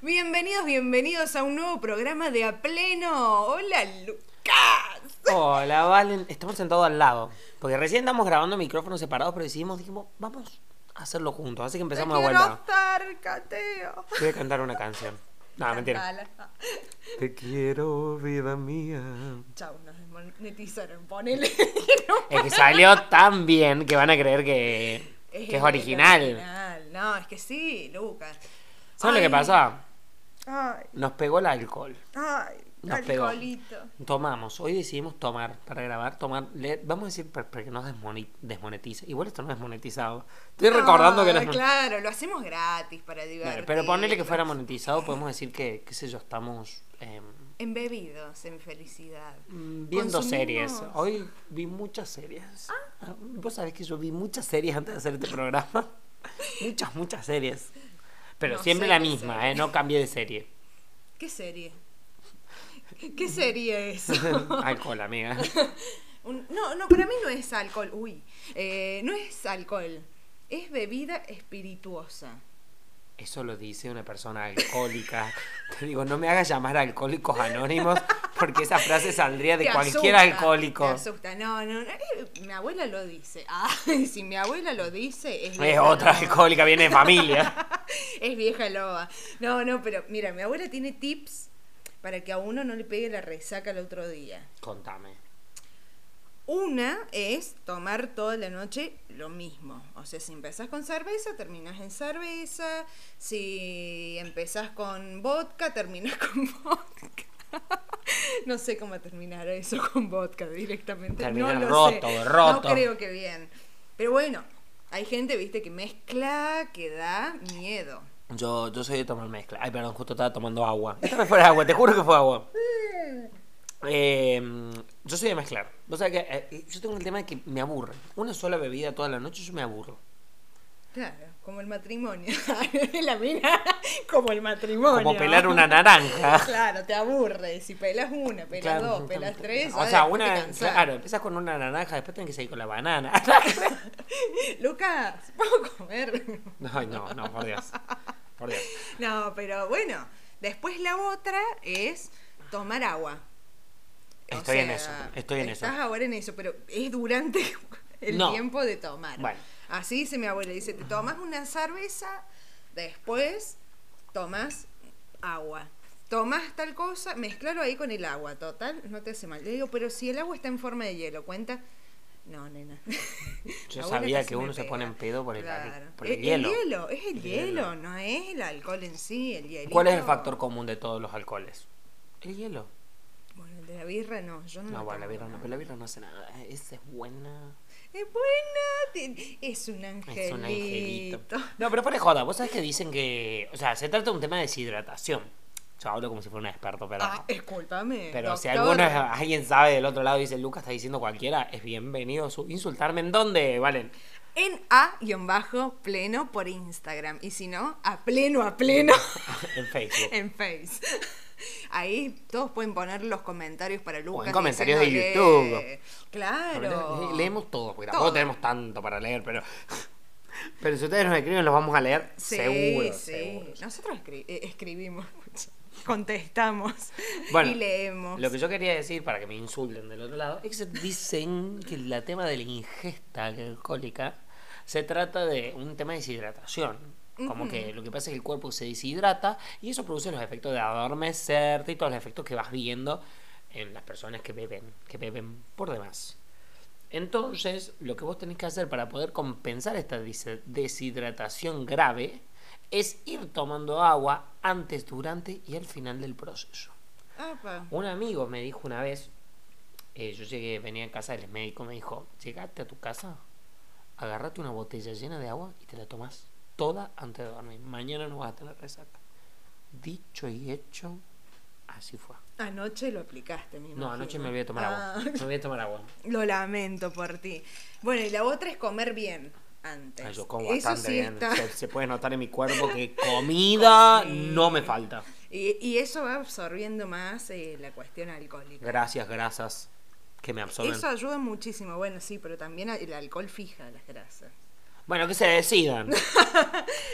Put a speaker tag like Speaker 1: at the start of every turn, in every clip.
Speaker 1: Bienvenidos, bienvenidos a un nuevo programa de A Pleno. Hola, Lucas.
Speaker 2: Hola, Valen. Estamos sentados al lado. Porque recién estamos grabando micrófonos separados, pero decidimos, dijimos, vamos a hacerlo juntos. Así que empezamos de
Speaker 1: Te quiero
Speaker 2: vuelta.
Speaker 1: estar, cateo.
Speaker 2: Te Voy a cantar una canción. No, mentira.
Speaker 1: Cantala. Ah,
Speaker 2: Te quiero, vida mía.
Speaker 1: Chau, nos desmonetizaron, ponele.
Speaker 2: Es que salió tan bien que van a creer que, que es original.
Speaker 1: original. No, es que sí, Lucas.
Speaker 2: ¿Saben lo
Speaker 1: Ay,
Speaker 2: que pasa?
Speaker 1: Ay,
Speaker 2: Nos pegó el alcohol.
Speaker 1: ay,
Speaker 2: Nos pegó.
Speaker 1: alcoholito.
Speaker 2: Tomamos. Hoy decidimos tomar para grabar. tomar le- Vamos a decir para, para que no desmoni- desmonetice. Igual esto no es monetizado. Estoy recordando que no
Speaker 1: Ah,
Speaker 2: es mon-
Speaker 1: Claro, lo hacemos gratis para divertir.
Speaker 2: Claro, pero ponerle que fuera monetizado, podemos decir que, qué sé yo, estamos eh,
Speaker 1: Embebidos en felicidad.
Speaker 2: viendo
Speaker 1: Consumimos.
Speaker 2: series. Hoy vi muchas
Speaker 1: Ah.
Speaker 2: series. Ah, Vos sabés que yo vi muchas series antes de hacer este programa. muchas, muchas series. Pero
Speaker 1: No
Speaker 2: siempre
Speaker 1: sé
Speaker 2: la
Speaker 1: qué
Speaker 2: misma,
Speaker 1: serie.
Speaker 2: ¿eh? No cambié de serie.
Speaker 1: ¿Qué serie? ¿Qué serie es?
Speaker 2: Alcohol, amiga.
Speaker 1: Un- no, no, para mí no es alcohol. Uy, Eh, no es alcohol. Es bebida espirituosa.
Speaker 2: Eso lo dice una persona alcohólica. Te digo, no me hagas llamar a alcohólicos anónimos porque esa frase saldría de
Speaker 1: Te
Speaker 2: cualquier
Speaker 1: asusta, Te
Speaker 2: alcohólico.
Speaker 1: asusta. No, no, no, eh, mi abuela lo dice. Ah, y si mi abuela lo dice, es,
Speaker 2: Es
Speaker 1: vieja
Speaker 2: otra
Speaker 1: loba.
Speaker 2: alcohólica, viene de familia.
Speaker 1: Es vieja loba. No, no, pero mira, mi abuela tiene tips para que a uno no le pegue la resaca el otro día.
Speaker 2: Contame.
Speaker 1: Una es tomar toda la noche lo mismo. O sea, si empezás con cerveza, terminás en cerveza. Si empezás con vodka, terminás con vodka. No sé cómo terminar eso con vodka directamente.
Speaker 2: Terminar
Speaker 1: no lo
Speaker 2: roto,
Speaker 1: sé.
Speaker 2: roto.
Speaker 1: No creo que bien. Pero bueno, hay gente, viste, que mezcla que da miedo.
Speaker 2: Yo, yo soy de tomar mezcla. Ay, perdón, justo estaba tomando agua. Esta vez fue agua, te juro que fue agua. Eh, yo soy de mezclar. Vos sabés que eh, yo tengo el tema de que me aburre. Una sola bebida toda la noche yo me aburro.
Speaker 1: Claro, como el matrimonio. la mina, como el matrimonio.
Speaker 2: Como pelar una naranja.
Speaker 1: Claro, te aburre. Si pelas una, pelas
Speaker 2: Claro,
Speaker 1: dos, pelas
Speaker 2: justamente.
Speaker 1: tres.
Speaker 2: O
Speaker 1: ah,
Speaker 2: sea,
Speaker 1: después te
Speaker 2: una.
Speaker 1: cansás.
Speaker 2: Claro, empiezas con una naranja, después tenés que seguir con la banana.
Speaker 1: Lucas, ¿puedo comer?
Speaker 2: Ay, no, no, por Dios. Por Dios.
Speaker 1: No, pero bueno. Después la otra es tomar agua. O
Speaker 2: Estoy en
Speaker 1: sea,
Speaker 2: eso. Estoy en eso.
Speaker 1: Estás ahora en eso, pero es durante el
Speaker 2: No.
Speaker 1: tiempo de tomar.
Speaker 2: Bueno.
Speaker 1: Así dice mi abuela. Dice, te tomas una cerveza, después tomas agua. Tomas tal cosa, mezclalo ahí con el agua, total, no te hace mal. Le digo, pero si el agua está en forma de hielo, cuenta. No, nena.
Speaker 2: Yo
Speaker 1: La abuela
Speaker 2: sabía
Speaker 1: casi
Speaker 2: que
Speaker 1: me
Speaker 2: uno se
Speaker 1: pega.
Speaker 2: pone en pedo por el- por el
Speaker 1: Eh,
Speaker 2: hielo.
Speaker 1: es el,
Speaker 2: El
Speaker 1: hielo,
Speaker 2: hielo.
Speaker 1: no es el alcohol en sí, el hielo.
Speaker 2: ¿Cuál es el factor común de todos los alcoholes? El hielo.
Speaker 1: Bueno, el de la birra no, yo no.
Speaker 2: No,
Speaker 1: lo
Speaker 2: bueno, la
Speaker 1: tomo,
Speaker 2: birra
Speaker 1: no.
Speaker 2: no, pero la birra no hace nada. Esa es buena.
Speaker 1: Es buena, ti- es un angelito.
Speaker 2: Es un angelito. No, pero fuera de joda, vos sabés que dicen que. O sea, se trata de un tema de deshidratación. Yo hablo como si fuera un experto, pero.
Speaker 1: Ah, discúlpame.
Speaker 2: pero si
Speaker 1: doctor.
Speaker 2: alguna, alguien sabe del otro lado y dice Lucas está diciendo cualquiera, es bienvenido su insultarme. ¿En dónde, Valen?
Speaker 1: En A-pleno por Instagram. Y si no, a pleno, a pleno.
Speaker 2: en Facebook.
Speaker 1: en Face. Ahí todos pueden poner los comentarios para Lucas.
Speaker 2: comentarios de
Speaker 1: diciéndole- Claro.
Speaker 2: Le- Leemos todo, porque
Speaker 1: Todo.
Speaker 2: tampoco tenemos tanto para leer, pero. Pero si ustedes nos escriben, los vamos a leer
Speaker 1: Sí,
Speaker 2: seguro.
Speaker 1: sí.
Speaker 2: seguro.
Speaker 1: Nosotros escri- eh, escribimos, contestamos
Speaker 2: Bueno,
Speaker 1: y leemos.
Speaker 2: Lo que yo quería decir, para que me insulten del otro lado, es que dicen que el tema de la ingesta alcohólica se trata de un tema de deshidratación. Como que lo que pasa es que el cuerpo se deshidrata y eso produce los efectos de adormecerte y todos los efectos que vas viendo en las personas que beben, que beben por demás. Entonces, lo que vos tenés que hacer para poder compensar esta dise- deshidratación grave es ir tomando agua antes, durante y al final del proceso.
Speaker 1: Apa.
Speaker 2: Un amigo me dijo una vez, eh, yo llegué, venía a casa del médico, me dijo, llegaste a tu casa, agarrate una botella llena de agua y te la tomas toda antes de dormir. Mañana no vas a tener resaca. Dicho y hecho, así fue.
Speaker 1: Anoche lo aplicaste, mi Ah,
Speaker 2: No, anoche me voy a tomar agua. Me voy a tomar agua.
Speaker 1: Lo lamento por ti. Bueno, y la otra es comer bien antes.
Speaker 2: Ay, yo como
Speaker 1: Eso
Speaker 2: bastante
Speaker 1: sí
Speaker 2: bien.
Speaker 1: está-
Speaker 2: Se, se puede notar en mi cuerpo que comida
Speaker 1: Comí.
Speaker 2: no me falta.
Speaker 1: Y, y eso va absorbiendo más eh, la cuestión alcohólica.
Speaker 2: Gracias, grasas que me absorben.
Speaker 1: Eso ayuda muchísimo. Bueno, sí, pero también el alcohol fija las grasas.
Speaker 2: Bueno, que se decidan.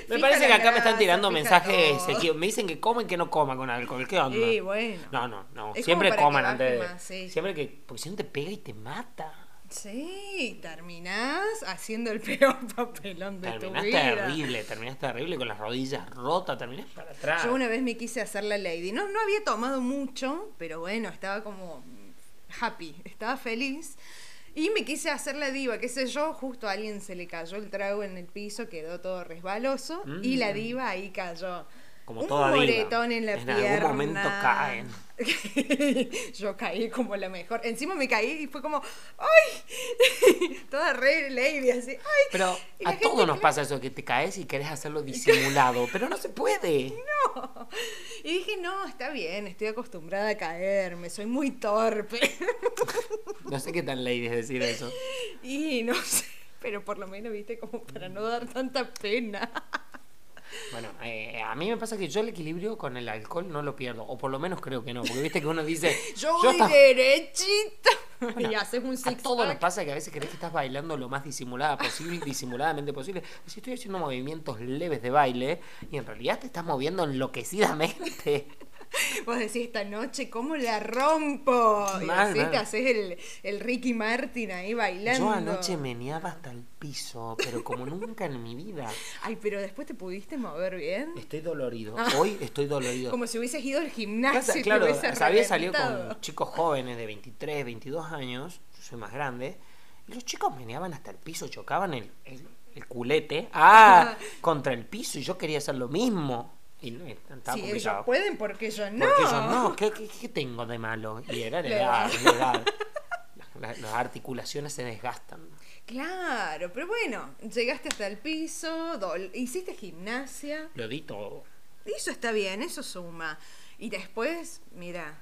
Speaker 2: me parece que acá me están tirando mensajes. equivo- Me dicen que comen que no coma con alcohol. ¿Qué onda?
Speaker 1: Sí, bueno.
Speaker 2: No, no, no.
Speaker 1: Es
Speaker 2: Siempre
Speaker 1: como para que
Speaker 2: coman
Speaker 1: baje
Speaker 2: antes de.
Speaker 1: más, sí.
Speaker 2: Siempre que. Porque si no te pega y te mata.
Speaker 1: Sí, terminás haciendo el peor papelón de tu
Speaker 2: Terminás
Speaker 1: vida.
Speaker 2: terrible, terminás terrible con las rodillas rotas, terminás para atrás.
Speaker 1: Yo una vez me quise hacer la lady. No, no había tomado mucho, pero bueno, estaba como happy, estaba feliz. Y me quise hacer la diva, qué sé yo, justo a alguien se le cayó el trago en el piso, quedó todo resbaloso y la
Speaker 2: Mm.
Speaker 1: diva ahí cayó.
Speaker 2: Como
Speaker 1: un
Speaker 2: toda diva.
Speaker 1: moretón en la
Speaker 2: En algún
Speaker 1: pierna.
Speaker 2: momento caen.
Speaker 1: yo caí como la mejor. Encima me caí y fue como, ¡ay! toda re lady, así, ¡ay!
Speaker 2: Pero
Speaker 1: Y la
Speaker 2: a
Speaker 1: gente,
Speaker 2: todos nos
Speaker 1: claro.
Speaker 2: pasa eso, que te caes y querés hacerlo disimulado, pero no se puede.
Speaker 1: Y dije, no, está bien, estoy acostumbrada a caerme, soy muy torpe.
Speaker 2: No sé qué tan ley es decir eso.
Speaker 1: Y no sé, pero por lo menos, viste, como para no dar tanta pena.
Speaker 2: Bueno, eh, a mí me pasa que yo el equilibrio con el alcohol no lo pierdo, o por lo menos creo que no, porque viste que uno dice,
Speaker 1: Yo,
Speaker 2: yo
Speaker 1: voy
Speaker 2: esta-
Speaker 1: derechita. y
Speaker 2: Bueno,
Speaker 1: haces un
Speaker 2: a
Speaker 1: six
Speaker 2: todos nos
Speaker 1: pack.
Speaker 2: pasa que a veces crees que estás bailando lo más disimulada posible, disimuladamente posible. Y Si estoy haciendo movimientos leves de baile y en realidad te estás moviendo enloquecidamente.
Speaker 1: Vos decís, esta noche, ¿cómo la rompo? Y
Speaker 2: Mal,
Speaker 1: así
Speaker 2: mal.
Speaker 1: te haces el, el Ricky Martin ahí bailando.
Speaker 2: Yo anoche meneaba hasta el piso, pero como nunca en mi vida.
Speaker 1: Ay, pero después te pudiste mover bien.
Speaker 2: Estoy dolorido. Hoy estoy dolorido.
Speaker 1: Como si hubieses ido al
Speaker 2: Pasa,
Speaker 1: gimnasio. y Ah, te
Speaker 2: claro,
Speaker 1: hubieses
Speaker 2: o sea, había salido
Speaker 1: reventado.
Speaker 2: con chicos jóvenes de 23, 22 años, yo soy más grande, y los chicos meneaban hasta el piso, chocaban el, el- el culete ah, contra el piso y yo quería hacer lo mismo. Y no, eh, estaba
Speaker 1: Si ellos
Speaker 2: complicado.
Speaker 1: pueden, porque yo no.
Speaker 2: Porque yo no, ¿qué, qué, qué tengo de malo? Y era la
Speaker 1: La
Speaker 2: edad,
Speaker 1: edad.
Speaker 2: la edad. Las, las articulaciones se desgastan.
Speaker 1: Claro, pero bueno, llegaste hasta el piso, dol- hiciste gimnasia.
Speaker 2: Lo di todo.
Speaker 1: Eso está bien, eso suma. Y después, mira,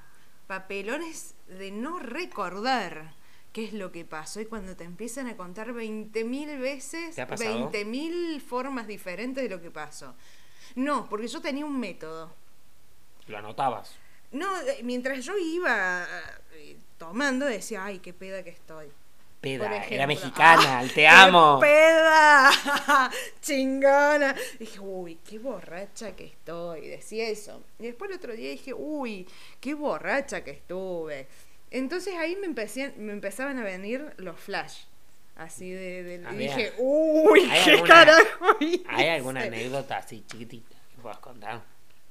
Speaker 1: papelones de no recordar qué es lo que pasó. Y cuando te empiezan a contar 20.000 veces,
Speaker 2: ¿Te ha pasado?
Speaker 1: 20.000 formas diferentes de lo que pasó. No, porque yo tenía un método.
Speaker 2: Lo anotabas.
Speaker 1: No, eh, mientras yo iba eh, tomando, decía, ay, qué peda que estoy.
Speaker 2: Peda,
Speaker 1: Por
Speaker 2: era
Speaker 1: ejemplo.
Speaker 2: mexicana,
Speaker 1: ¡Ah!
Speaker 2: el
Speaker 1: ¡Qué
Speaker 2: te amo.
Speaker 1: Peda, chingona. Dije, uy, qué borracha que estoy. Decía eso. Y después el otro día dije, uy, qué borracha que estuve. Entonces ahí me, empecé, me empezaban a venir los flash. Así de. de-
Speaker 2: Ah,
Speaker 1: y
Speaker 2: bien.
Speaker 1: dije, uy,
Speaker 2: ¿Hay
Speaker 1: qué
Speaker 2: alguna-
Speaker 1: carajo. hice?".
Speaker 2: ¿Hay alguna anécdota así chiquitita que puedas contar?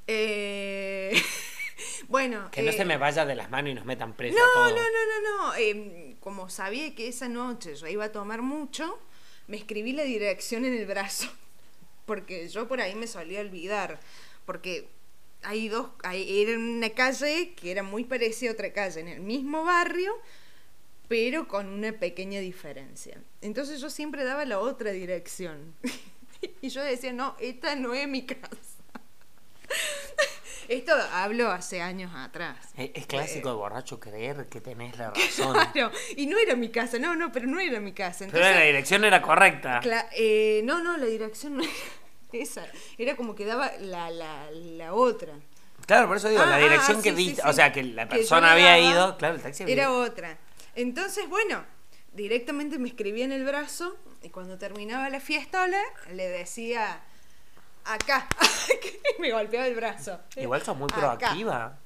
Speaker 1: Eh, bueno.
Speaker 2: Que no
Speaker 1: eh,
Speaker 2: se me vaya de las manos y nos metan preso
Speaker 1: No,
Speaker 2: a todos.
Speaker 1: no, no, no, no. Em, como sabía que esa noche yo iba a tomar mucho, me escribí la dirección en el brazo. Porque yo por ahí me solía olvidar. Porque hay dos. Hay, era una calle que era muy parecida a otra calle en el mismo barrio, pero con una pequeña diferencia. Entonces yo siempre daba la otra dirección. y yo decía, no, esta no es mi casa. Esto hablo hace años atrás.
Speaker 2: Es, es clásico de borracho creer que tenés la razón.
Speaker 1: Claro, y no era mi casa, no, no, pero no era mi casa.
Speaker 2: Pero la
Speaker 1: Entonces,
Speaker 2: dirección era correcta.
Speaker 1: cla- eh, no, no, la dirección no era esa, era como que daba la, la, la otra.
Speaker 2: Claro, por eso digo,
Speaker 1: Ah,
Speaker 2: la
Speaker 1: ah,
Speaker 2: dirección
Speaker 1: ah,
Speaker 2: que
Speaker 1: sí, sí,
Speaker 2: diste,
Speaker 1: sí.
Speaker 2: o sea, que la
Speaker 1: Que yo
Speaker 2: persona
Speaker 1: le
Speaker 2: había
Speaker 1: daba,
Speaker 2: ido, claro, el taxi había
Speaker 1: Era
Speaker 2: ido.
Speaker 1: otra. Entonces, bueno, directamente me escribía en el brazo y cuando terminaba la fiesta, hola, le decía, acá, que me golpeaba el brazo.
Speaker 2: Igual sos muy
Speaker 1: Acá.
Speaker 2: proactiva.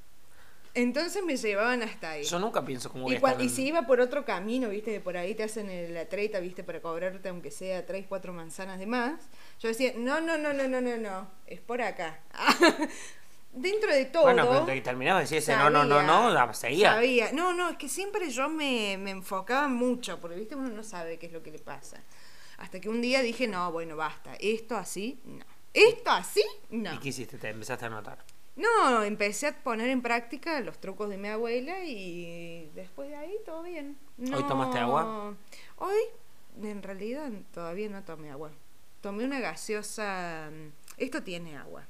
Speaker 1: Entonces me llevaban hasta ahí.
Speaker 2: Yo nunca pienso cómo voy
Speaker 1: Y,
Speaker 2: a
Speaker 1: cua-
Speaker 2: estar
Speaker 1: y
Speaker 2: en-
Speaker 1: si iba por otro camino, viste, de por ahí te hacen el- la treta, viste, para cobrarte aunque sea tres, cuatro manzanas de más. Yo decía, no, no, no, no, no, no, no, es por acá. Dentro de todo.
Speaker 2: Bueno, pero te- terminaba de decir ese no, no, no, no, la seguía.
Speaker 1: Sabía. No, no, es que siempre yo me, me enfocaba mucho, porque viste, uno no sabe qué es lo que le pasa. Hasta que un día dije, no, bueno, basta, esto así, no. Esto así, no.
Speaker 2: ¿Y qué hiciste? Te empezaste a notar.
Speaker 1: No, empecé a poner en práctica los trucos de mi abuela y después de ahí todo bien.
Speaker 2: ¿Hoy tomaste agua?
Speaker 1: No, Hoy, en realidad, todavía no tomé agua. Tomé una gaseosa. mm, Esto tiene agua,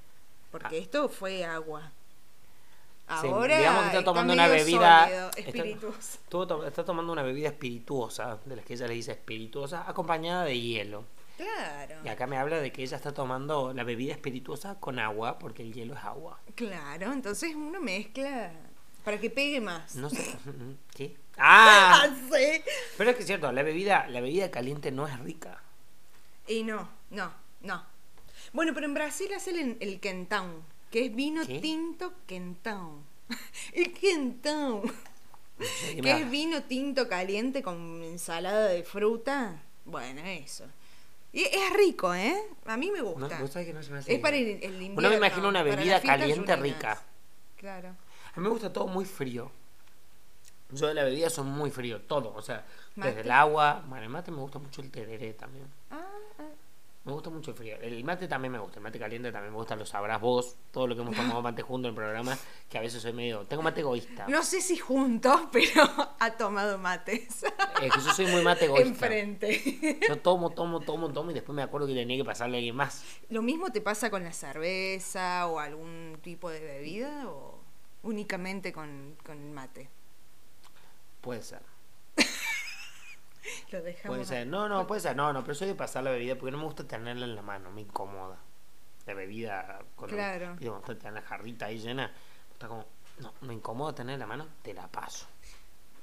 Speaker 1: porque
Speaker 2: Ah.
Speaker 1: esto fue agua.
Speaker 2: Sí,
Speaker 1: Ahora
Speaker 2: digamos que está
Speaker 1: está
Speaker 2: tomando una
Speaker 1: medio
Speaker 2: bebida-
Speaker 1: sólido,
Speaker 2: está-
Speaker 1: espirituosa.
Speaker 2: Estuvo to- está tomando una bebida espirituosa, de las que ella le dice espirituosa, acompañada de hielo.
Speaker 1: Claro,
Speaker 2: Y acá me habla de que ella está tomando la bebida espirituosa con agua, porque el hielo es agua.
Speaker 1: claro. Entonces uno mezcla para que pegue más.
Speaker 2: No sé. ¿Qué? ¡Ah!
Speaker 1: Ah, sí.
Speaker 2: Pero es que es cierto, la bebida, la bebida caliente no es rica.
Speaker 1: Y no, no, no. Bueno, pero en Brasil hacen el, el quentão, que es vino
Speaker 2: ¿Qué?
Speaker 1: tinto quentão. El quentão, que es vino tinto caliente con ensalada de fruta. Bueno, eso. Y es rico, ¿eh? A mí me
Speaker 2: No,
Speaker 1: gusta.
Speaker 2: vos sabés que no se me hace
Speaker 1: es
Speaker 2: bien.
Speaker 1: para el, el invierno.
Speaker 2: Uno me imagina una
Speaker 1: para
Speaker 2: bebida
Speaker 1: las fiestas
Speaker 2: caliente
Speaker 1: juninas.
Speaker 2: rica.
Speaker 1: Claro.
Speaker 2: A mí me gusta todo muy frío. Yo de la bebida son muy frío, todo. O sea,
Speaker 1: Mate.
Speaker 2: desde el agua. Bueno, el mate me gusta mucho el tereré también.
Speaker 1: Ah, ah.
Speaker 2: Me gusta mucho el frío. El mate también me gusta. El mate caliente también me gusta. Lo sabrás vos. Todo lo que hemos tomado mate juntos en el programa. Que a veces soy medio. Tengo mate egoísta.
Speaker 1: No sé si juntos, pero ha tomado mates.
Speaker 2: Es que yo soy muy mate egoísta.
Speaker 1: Enfrente.
Speaker 2: Yo tomo, tomo, tomo, tomo. Y después me acuerdo que tenía que pasarle a alguien más.
Speaker 1: ¿Lo mismo te pasa con la cerveza o algún tipo de bebida o únicamente con, con el mate?
Speaker 2: Puede ser.
Speaker 1: Lo dejamos.
Speaker 2: Puede ser.
Speaker 1: ahí.
Speaker 2: No, no, puede ser. No, no. Pero soy de pasar la bebida porque no me gusta tenerla en la mano. Me incomoda. La bebida con la-
Speaker 1: Claro.
Speaker 2: viste, cuando está en la jarrita ahí llena. Está como. No, me incomoda tener en la mano. Te la paso.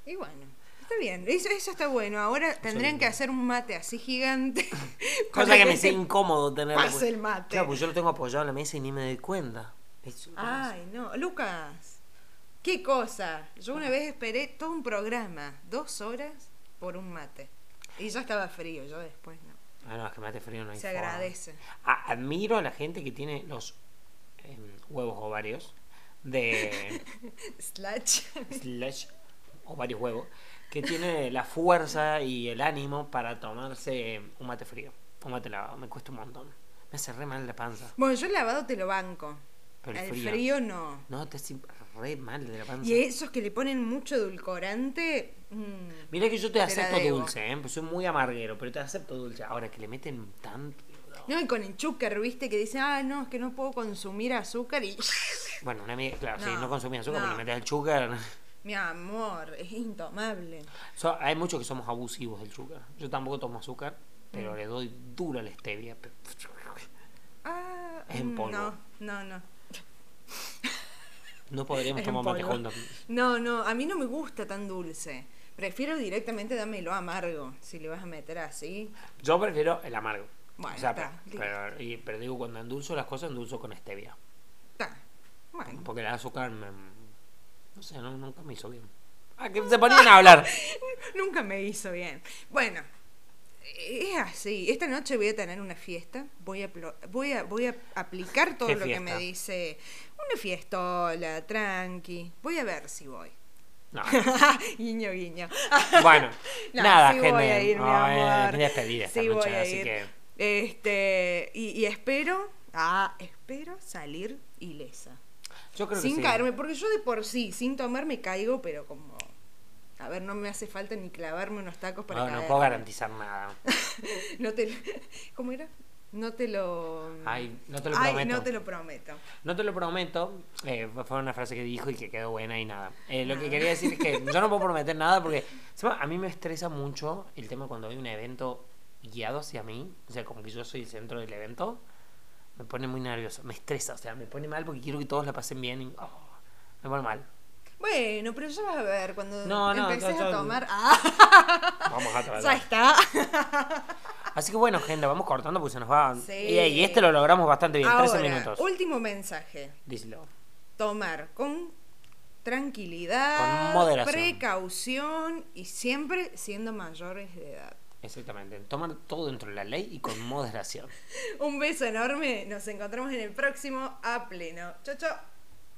Speaker 1: Y bueno, está bien. Eso, eso está bueno. Ahora tendrían que hacer un mate así gigante. este para
Speaker 2: Cosa que me
Speaker 1: te
Speaker 2: sea incómodo tenerla.
Speaker 1: pase
Speaker 2: porque-
Speaker 1: el mate.
Speaker 2: Claro, pues yo lo tengo apoyado en la mesa y ni me doy cuenta. Es-
Speaker 1: Ay, no. Lucas, qué cosa. Yo una vez esperé todo un programa, dos horas, por un mate. Y ya estaba frío, yo después no.
Speaker 2: Ah, no, es que mate frío no hay
Speaker 1: Se
Speaker 2: forma.
Speaker 1: agradece.
Speaker 2: Ah, admiro a la gente que tiene los eh, huevos ovarios de
Speaker 1: Slash.
Speaker 2: slash o varios huevos que tiene la fuerza y el ánimo para tomarse un mate frío. Un mate lavado, me cuesta un montón. Me hace re mal la panza.
Speaker 1: Bueno, yo el lavado te lo banco.
Speaker 2: Pero el
Speaker 1: el
Speaker 2: frío.
Speaker 1: frío no.
Speaker 2: No, te hace re mal de la panza.
Speaker 1: Y esos que le ponen mucho edulcorante. mm,
Speaker 2: Mira que yo te
Speaker 1: la
Speaker 2: acepto
Speaker 1: debo.
Speaker 2: dulce, ¿eh? pues soy muy amarguero, pero te acepto dulce. Ahora que le meten tanto. no.
Speaker 1: No, y con el chúcar, viste, que dicen, ah, no, es que no puedo consumir azúcar. Y,
Speaker 2: Bueno, una amiga, claro, si
Speaker 1: No,
Speaker 2: no consumís azúcar,
Speaker 1: no.
Speaker 2: pero le metes el sugar.
Speaker 1: mi amor, es intomable.
Speaker 2: So- hay muchos que somos abusivos del sugar. Yo tampoco tomo azúcar,
Speaker 1: Mm.
Speaker 2: pero le doy dura la stevia. pero-
Speaker 1: Ah,
Speaker 2: Es en
Speaker 1: mm,
Speaker 2: polvo.
Speaker 1: No, no, no.
Speaker 2: No podríamos
Speaker 1: Es en
Speaker 2: tomar mate
Speaker 1: polvo.
Speaker 2: juntos.
Speaker 1: No, no, a mí no me gusta tan dulce. Prefiero directamente dámelo amargo, si le vas a meter así.
Speaker 2: Yo prefiero el amargo.
Speaker 1: Bueno,
Speaker 2: O sea,
Speaker 1: está,
Speaker 2: pe- pero, y- pero digo, cuando endulzo las cosas, endulzo con stevia.
Speaker 1: Ta. Bueno.
Speaker 2: Porque el azúcar me- No sé, no- nunca me hizo bien. Ah, que se ponían a hablar.
Speaker 1: Nunca me hizo bien. Bueno, es así. Esta noche voy a tener una fiesta. Voy a, plo- voy a, voy a aplicar todo
Speaker 2: ¿Qué
Speaker 1: lo que me
Speaker 2: fiesta?
Speaker 1: dice. Una fiestola, tranqui. Voy a ver si voy.
Speaker 2: No.
Speaker 1: guiño, guiño.
Speaker 2: Bueno,
Speaker 1: No,
Speaker 2: nada,
Speaker 1: sí
Speaker 2: gente.
Speaker 1: voy a ir, mi
Speaker 2: no, es-
Speaker 1: amor.
Speaker 2: es despedida esta
Speaker 1: Sí
Speaker 2: noche,
Speaker 1: voy a
Speaker 2: así
Speaker 1: ir.
Speaker 2: que.
Speaker 1: Este, y, y espero, ah, espero salir ilesa.
Speaker 2: Yo creo
Speaker 1: sin
Speaker 2: que sí.
Speaker 1: caerme, porque yo de por sí, sin tomar me caigo, pero como... A ver, no me hace falta ni clavarme unos tacos para
Speaker 2: No, Ah, no
Speaker 1: caerme.
Speaker 2: puedo garantizar nada.
Speaker 1: No te ¿Cómo era? No te lo...
Speaker 2: Ay, no te lo
Speaker 1: Ay,
Speaker 2: prometo.
Speaker 1: no te lo prometo.
Speaker 2: No te lo prometo, eh, fue una frase que dijo y que quedó buena y nada. Eh, lo que quería decir es que yo no puedo prometer nada porque encima, a mí me estresa mucho el tema cuando hay un evento guiado hacia mí, o sea, como que yo soy el centro del evento, me pone muy nervioso, me estresa, o sea, me pone mal porque quiero que todos la pasen bien y oh, me pone mal.
Speaker 1: Bueno, pero ya vas a ver, cuando
Speaker 2: No, no,
Speaker 1: empecés
Speaker 2: yo-
Speaker 1: a
Speaker 2: yo-
Speaker 1: tomar... Ah,
Speaker 2: Vamos a
Speaker 1: ya
Speaker 2: tratar.
Speaker 1: está.
Speaker 2: Así que bueno, gente, vamos cortando porque se nos va.
Speaker 1: Sí.
Speaker 2: Y, y este lo logramos bastante bien, 13
Speaker 1: Ahora,
Speaker 2: minutos.
Speaker 1: último mensaje.
Speaker 2: Díselo.
Speaker 1: tomar con tranquilidad,
Speaker 2: Con moderación.
Speaker 1: precaución y siempre siendo mayores de edad.
Speaker 2: Exactamente. Tomar todo dentro de la ley y con moderación.
Speaker 1: Un beso enorme, nos encontramos en el próximo a pleno. Chao, chao.